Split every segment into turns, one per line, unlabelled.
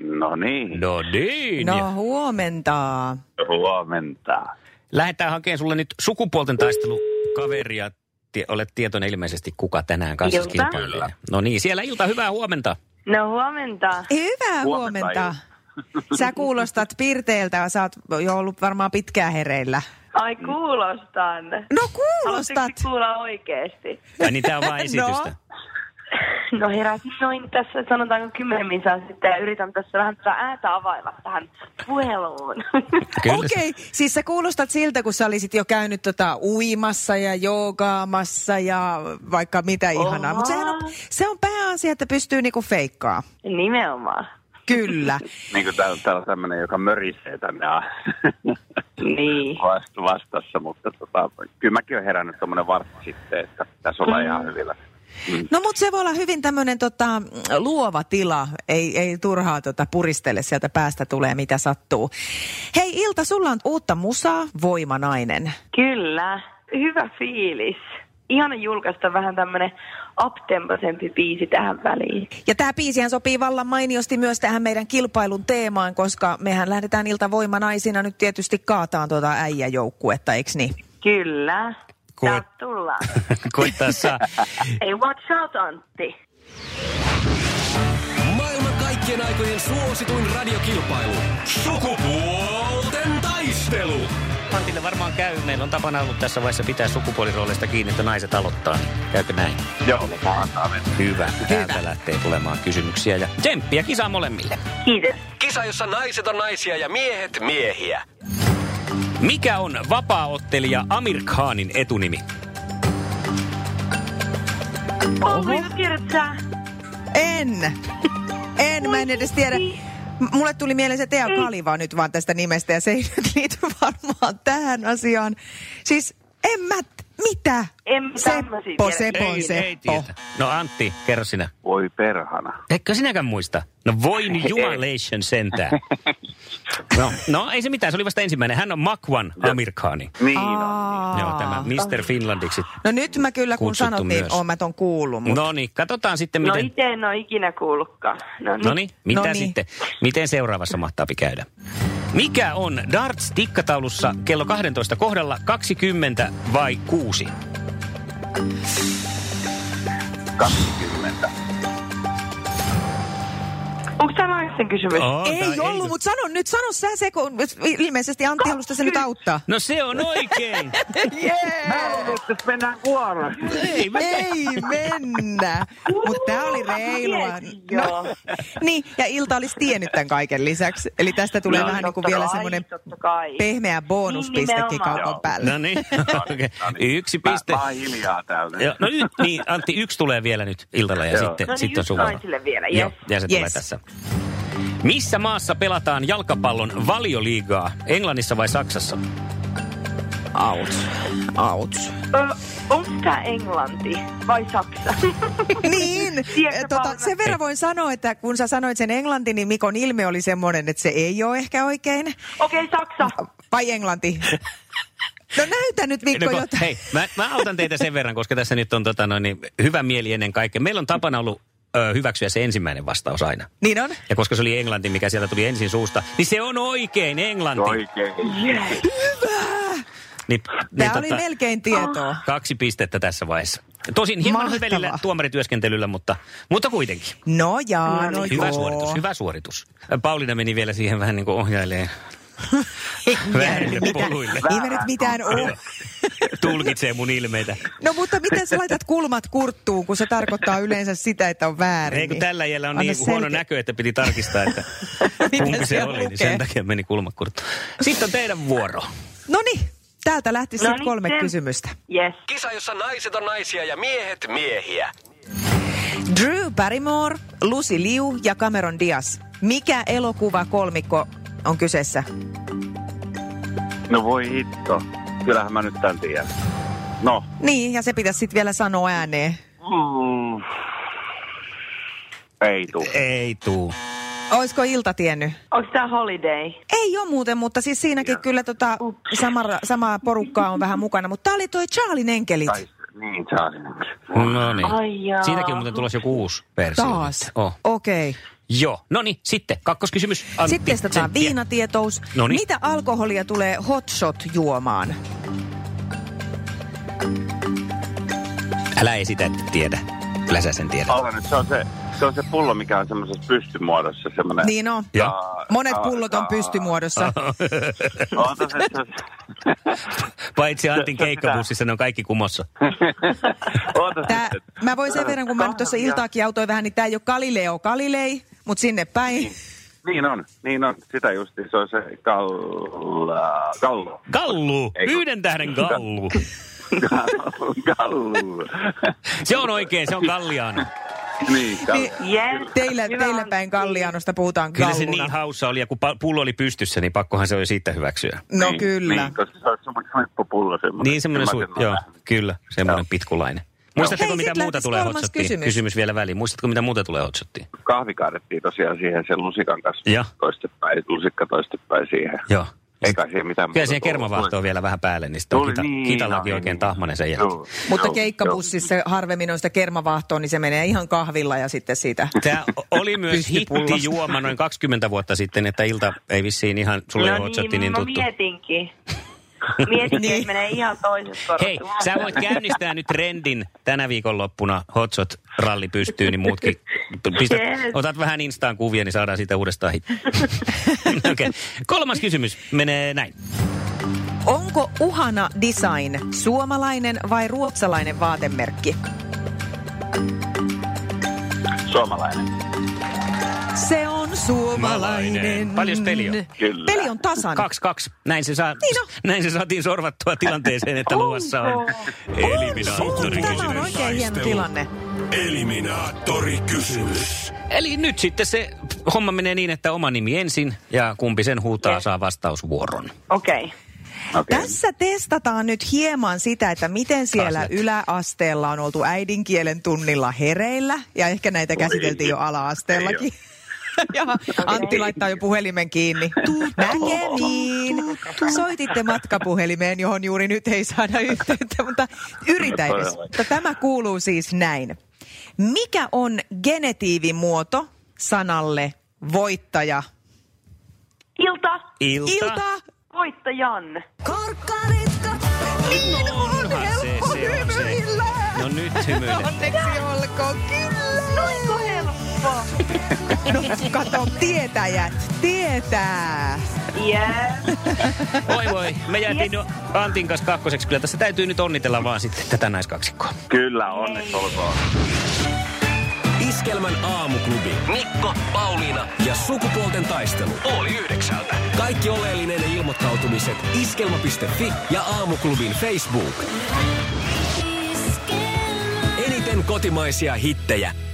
No niin,
No niin.
No huomenta.
No.
huomenta.
Lähdetään hakemaan sulle nyt sukupuolten taistelukaveria. Tie- olet tietoinen ilmeisesti, kuka tänään kanssa
Ilta.
kilpailee. No niin, siellä ilta, hyvää huomenta.
No huomenta.
Hyvää
Huomenta,
huomenta. Sä kuulostat pirteeltä ja sä oot jo ollut varmaan pitkään hereillä.
Ai kuulostan.
No
Haluatteko
kuulostat.
te kuulla oikeesti?
Ai niin, tää on vaan esitystä.
No heräs noin tässä sanotaanko kymmenen minsaa sitten ja yritän tässä vähän tätä ääntä availla tähän puheluun.
Kyllä.
Okei, okay. siis sä kuulostat siltä, kun sä olisit jo käynyt tota uimassa ja joogaamassa ja vaikka mitä ihanaa. Mutta sehän on, se on pääasia, että pystyy niinku feikkaa.
Nimenomaan.
Kyllä.
Niin kuin täällä, täällä on tämmöinen, joka mörisee tänne a-
Niin.
vast- vastassa, mutta tota, kyllä mäkin olen herännyt tuommoinen vartti sitten, että tässä ollaan
Mm.
ihan hyvillä.
No mutta se voi olla hyvin tämmöinen tota, luova tila. Ei, ei turhaa tota, puristele, sieltä päästä tulee mitä sattuu. Hei Ilta, sulla on uutta musaa, Voimanainen.
Kyllä. Hyvä fiilis. Ihana julkaista vähän tämmönen uptemposempi biisi tähän väliin.
Ja tämä biisihän sopii vallan mainiosti myös tähän meidän kilpailun teemaan, koska mehän lähdetään Ilta Voimanaisina nyt tietysti kaataan tuota äijäjoukkuetta, eikö niin?
Kyllä.
Kuul-
Täältä tullaan.
Koittaa saa.
Ei watch out Antti.
Maailman kaikkien aikojen suosituin radiokilpailu. Sukupuolten taistelu.
Pantille varmaan käy. Meillä on tapana ollut tässä vaiheessa pitää sukupuolirooleista kiinni, että naiset aloittaa. Niin käykö näin?
Joo, antaa mennä.
Hyvä. Täältä lähtee tulemaan kysymyksiä ja tsemppiä kisaa molemmille.
Kiitos.
Kisa, jossa naiset on naisia ja miehet miehiä.
Mikä on vapaaottelija Amir Khanin etunimi?
Oho. Kirjoittaa.
En. En, mä en edes tiedä. M- Mulle tuli mieleen se Tea Kaliva nyt vaan tästä nimestä ja se ei nyt liity varmaan tähän asiaan. Siis en mä, t- mitä?
En mä tämmösiä
Seppo,
tiedä.
Sepon Seppo.
tietä. No Antti, kerro sinä.
Voi perhana.
Eikö sinäkään muista? No voi nyt jumalation sentään. No, no ei se mitään, se oli vasta ensimmäinen. Hän on Makwan Amirkaani.
Niin on.
Aa.
Joo, tämä
Ah.
Mr. Finlandiksi.
No nyt mä kyllä kun
Kutsuttu
sanottiin,
myös.
oon mä ton kuullut. Mut...
No niin, katsotaan sitten
No
miten...
itse en ole ikinä kuullutkaan. No,
No niin, mitä
Noniin.
sitten? Miten seuraavassa mahtaa käydä? Mikä on darts-tikkataulussa kello 12 kohdalla 20 vai 6?
20.
Onko tämä naisten kysymys?
No,
ei ollut, mutta sano nyt, sano sä se, kun ilmeisesti Antti halusta se nyt auttaa.
No se on oikein.
Mennään kuolaan.
ei, mä...
Ei mennä. Mutta tämä oli reilua.
Mietin, joo.
niin, ja Ilta olisi tiennyt tämän kaiken lisäksi. Eli tästä tulee
No,
vähän niin kuin
totta
vielä
kai,
semmoinen
totta kai.
pehmeä bonuspistekin
Niin, nimenomaan.
kaupan päälle.
No niin, okei. Yksi piste.
niin. Mä, mä oon hiljaa täällä.
Joo, no y- niin, Antti, yksi tulee vielä nyt illalla ja
Joo.
sitten,
No niin,
sitten on
just
sun vuoro.
naisille vielä,
Joo,
yes.
ja se
Yes.
tulee tässä. Missä maassa pelataan jalkapallon valioliigaa? Englannissa vai Saksassa?
Out. Out.
Ö, onko tämä Englanti vai Saksa?
niin,
Tiedätkö,
tota,
Paula?
sen verran voin sanoa, että kun sä sanoit sen englanti, niin Mikon ilme oli semmoinen, että se ei ole ehkä oikein.
Okei, okay, Saksa.
Vai englanti? No näytä nyt Mikko
No kun-
jotain.
hei, mä, mä autan teitä sen verran, koska tässä nyt on tota, noin, niin, hyvä mieli ennen kaikkea. Meillä on tapana ollut ö, hyväksyä se ensimmäinen vastaus aina.
Niin on?
Ja koska se oli englanti, mikä sieltä tuli ensin suusta, niin se on oikein englanti.
Oikein.
Siis
Niin,
Tämä oli melkein tietoa.
Kaksi pistettä tässä vaiheessa. Tosin hieman
Mahtavaa.
välillä tuomarityöskentelyllä, mutta, mutta kuitenkin.
No jaa, no
Hyvä
joo.
suoritus, hyvä suoritus. Paulina meni vielä siihen vähän niin kuin ohjailee väärille poluille.
Ei me nyt mitään ole.
Tulkitsee mun ilmeitä.
No mutta miten sä laitat kulmat kurttuun, kun se tarkoittaa yleensä sitä, että on väärin?
Ei kun
niin
tällä jäljellä on
anna
niin huono
selke-
näkö, että piti tarkistaa, että
Mitä
kumpi se
siellä
oli. Niin
lukee?
sen takia meni kulmakurttu. Sitten on teidän vuoro.
No niin, täältä lähti sitten
niin,
kolme
sen-
kysymystä.
Yes.
Kisa, jossa naiset on naisia ja miehet miehiä.
Drew Barrymore, Lucy Liu ja Cameron Diaz. Mikä elokuva kolmikko on kyseessä?
No voi hitto. Kyllähän mä nyt tän tiedän. No.
Niin, ja se pitäisi sitten vielä sanoa ääneen.
Mm. Ei tuu.
Ei tuu.
Oisko Ilta tiennyt?
Onko tämä Holiday?
Ei ole muuten, mutta siis siinäkin
Joo.
kyllä tota, sama, samaa porukkaa on vähän mukana. Mutta tää oli toi Charlin enkelit.
Tai, niin saa sen.
No
Ai
niin.
jaa.
Siitäkin on muuten tulossa joku uusi versio.
Taas.
Oh.
Okei.
Joo. No niin, sitten kakkoskysymys. Antti,
Sitten testataan
sen tie-
viinatietous.
Noniin.
Mitä alkoholia tulee hotshot juomaan?
Älä esitä, että tiedä. Kyllä sä sen tiedät.
Ota nyt, se on se, se on se pullo, mikä on semmoisessa pystymuodossa semmoinen.
Niin on.
Joo.
Monet pullot on pystymuodossa.
Ota se, se,
Paitsi Antin keikkabussissa, ne on kaikki kumossa.
oota
Tää,
sitten.
mä voin sen verran, kun mä nyt tuossa
Kahvia.
iltaakin autoin vähän, niin tää ei ole Galileo Galilei, mutta sinne päin.
Niin on, niin on. Sitä justi, se on se kalla, kallo.
Gallu!
Ei kun-
Yhden tähden gallu.
Kallu.
Se on oikein, se on Galliano.
niin, kallu.
Niin,
Yes.
Teillä,
Hyvä
teillä
on.
päin Gallianosta puhutaan
Kyllä se
galluna.
niin haussa oli, ja kun pa- pullo oli pystyssä, niin pakkohan se oli siitä hyväksyä.
No
niin,
kyllä.
Niin, koska se on semmoinen huippupullo semmoinen.
Niin semmoinen
Mä
sui,
sen oon
joo,
nähnyt.
kyllä, semmoinen
Joo.
pitkulainen. Muistatteko,
Hei,
mitä
sit
muuta
lähtis
tulee
kolmas
hotsottiin?
kysymys.
Kysymys. vielä väliin. Muistatko, mitä muuta tulee hotsottiin?
Kahvi kaadettiin tosiaan siihen sen lusikan kanssa.
Ja.
Toistepäin, lusikka toistepäin siihen.
Joo.
Eikä siihen mitään
Kyllä
muuta
siihen
tullut.
kermavaahtoon vielä vähän päälle, niin sitten on
Tuli
kita,
niin,
kitallakin
no
oikein
niin.
tahmanen sen jälkeen.
Joo,
Mutta
joo,
keikkabussissa harvemmin on sitä kermavaahtoa, niin se menee ihan kahvilla ja sitten siitä.
Tämä oli myös
Pystypullosta.
hitti juoma noin 20 vuotta sitten, että ilta ei vissiin ihan sulle no hotsotti niin
mä
tuttu.
mietinkin. Mietinkin,
Niin.
niin. että menee ihan toisessa korossa.
Hei, sä voit käynnistää nyt trendin tänä viikonloppuna. Hotshot ralli pystyy, niin muutkin. Pistät,
Yes.
Otat vähän Instaan kuvia, niin saadaan siitä uudestaan hit. okay. Kolmas kysymys menee näin.
Onko Uhana Design suomalainen vai ruotsalainen vaatemerkki?
joo. Suomalainen.
Se on suomalainen.
Paljonko peli on?
Kyllä.
Peli on tasan.
Kaksi, kaksi. Näin se, saa,
Niin on.
näin se saatiin sorvattua tilanteeseen, että luvassa on
on, tämä on
eliminaattorikysymys.
oikein hieno
Taistelu.
tilanne.
Eliminaattorikysymys.
Eli nyt sitten se homma menee niin, että oma nimi ensin ja kumpi sen huutaa
Yes.
saa vastausvuoron.
Okei. Okay.
Okei.
Tässä testataan nyt hieman sitä, että miten siellä
Taas nyt.
yläasteella on oltu äidinkielen tunnilla hereillä. Ja ehkä näitä käsiteltiin jo ala-asteellakin. Ja Antti laittaa jo puhelimen kiinni. Näkemiin. Soititte matkapuhelimeen, johon juuri nyt ei saada yhteyttä, mutta yritä edes. Mutta tämä kuuluu siis näin. Mikä on genetiivimuoto sanalle voittaja?
Ilta,
Ilta.
Ilta!
voittajan.
Niin on
Onhan No, se,
helppo
se on se.
hymyillä.
No nyt hymyilet.
Onneksi olkoon, kyllä.
Oliko helppoa?
No kato, tietäjät, tietää.
Yes.
Voi voi, me jäätiin yes. Antin kanssa kakkoseksi. Kyllä tässä täytyy nyt onnitella vaan sitten tätä naiskaksikkoa.
Kyllä, onneksi olkoon.
Iskelmän aamuklubi. Mikko, Pauliina ja sukupuolten taistelu. Oli yhdeksältä. Kaikki oleellinen ilmoittautumiset iskelma.fi ja aamuklubin Facebook. Eniten kotimaisia hittejä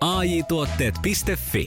AJ-tuotteet.fi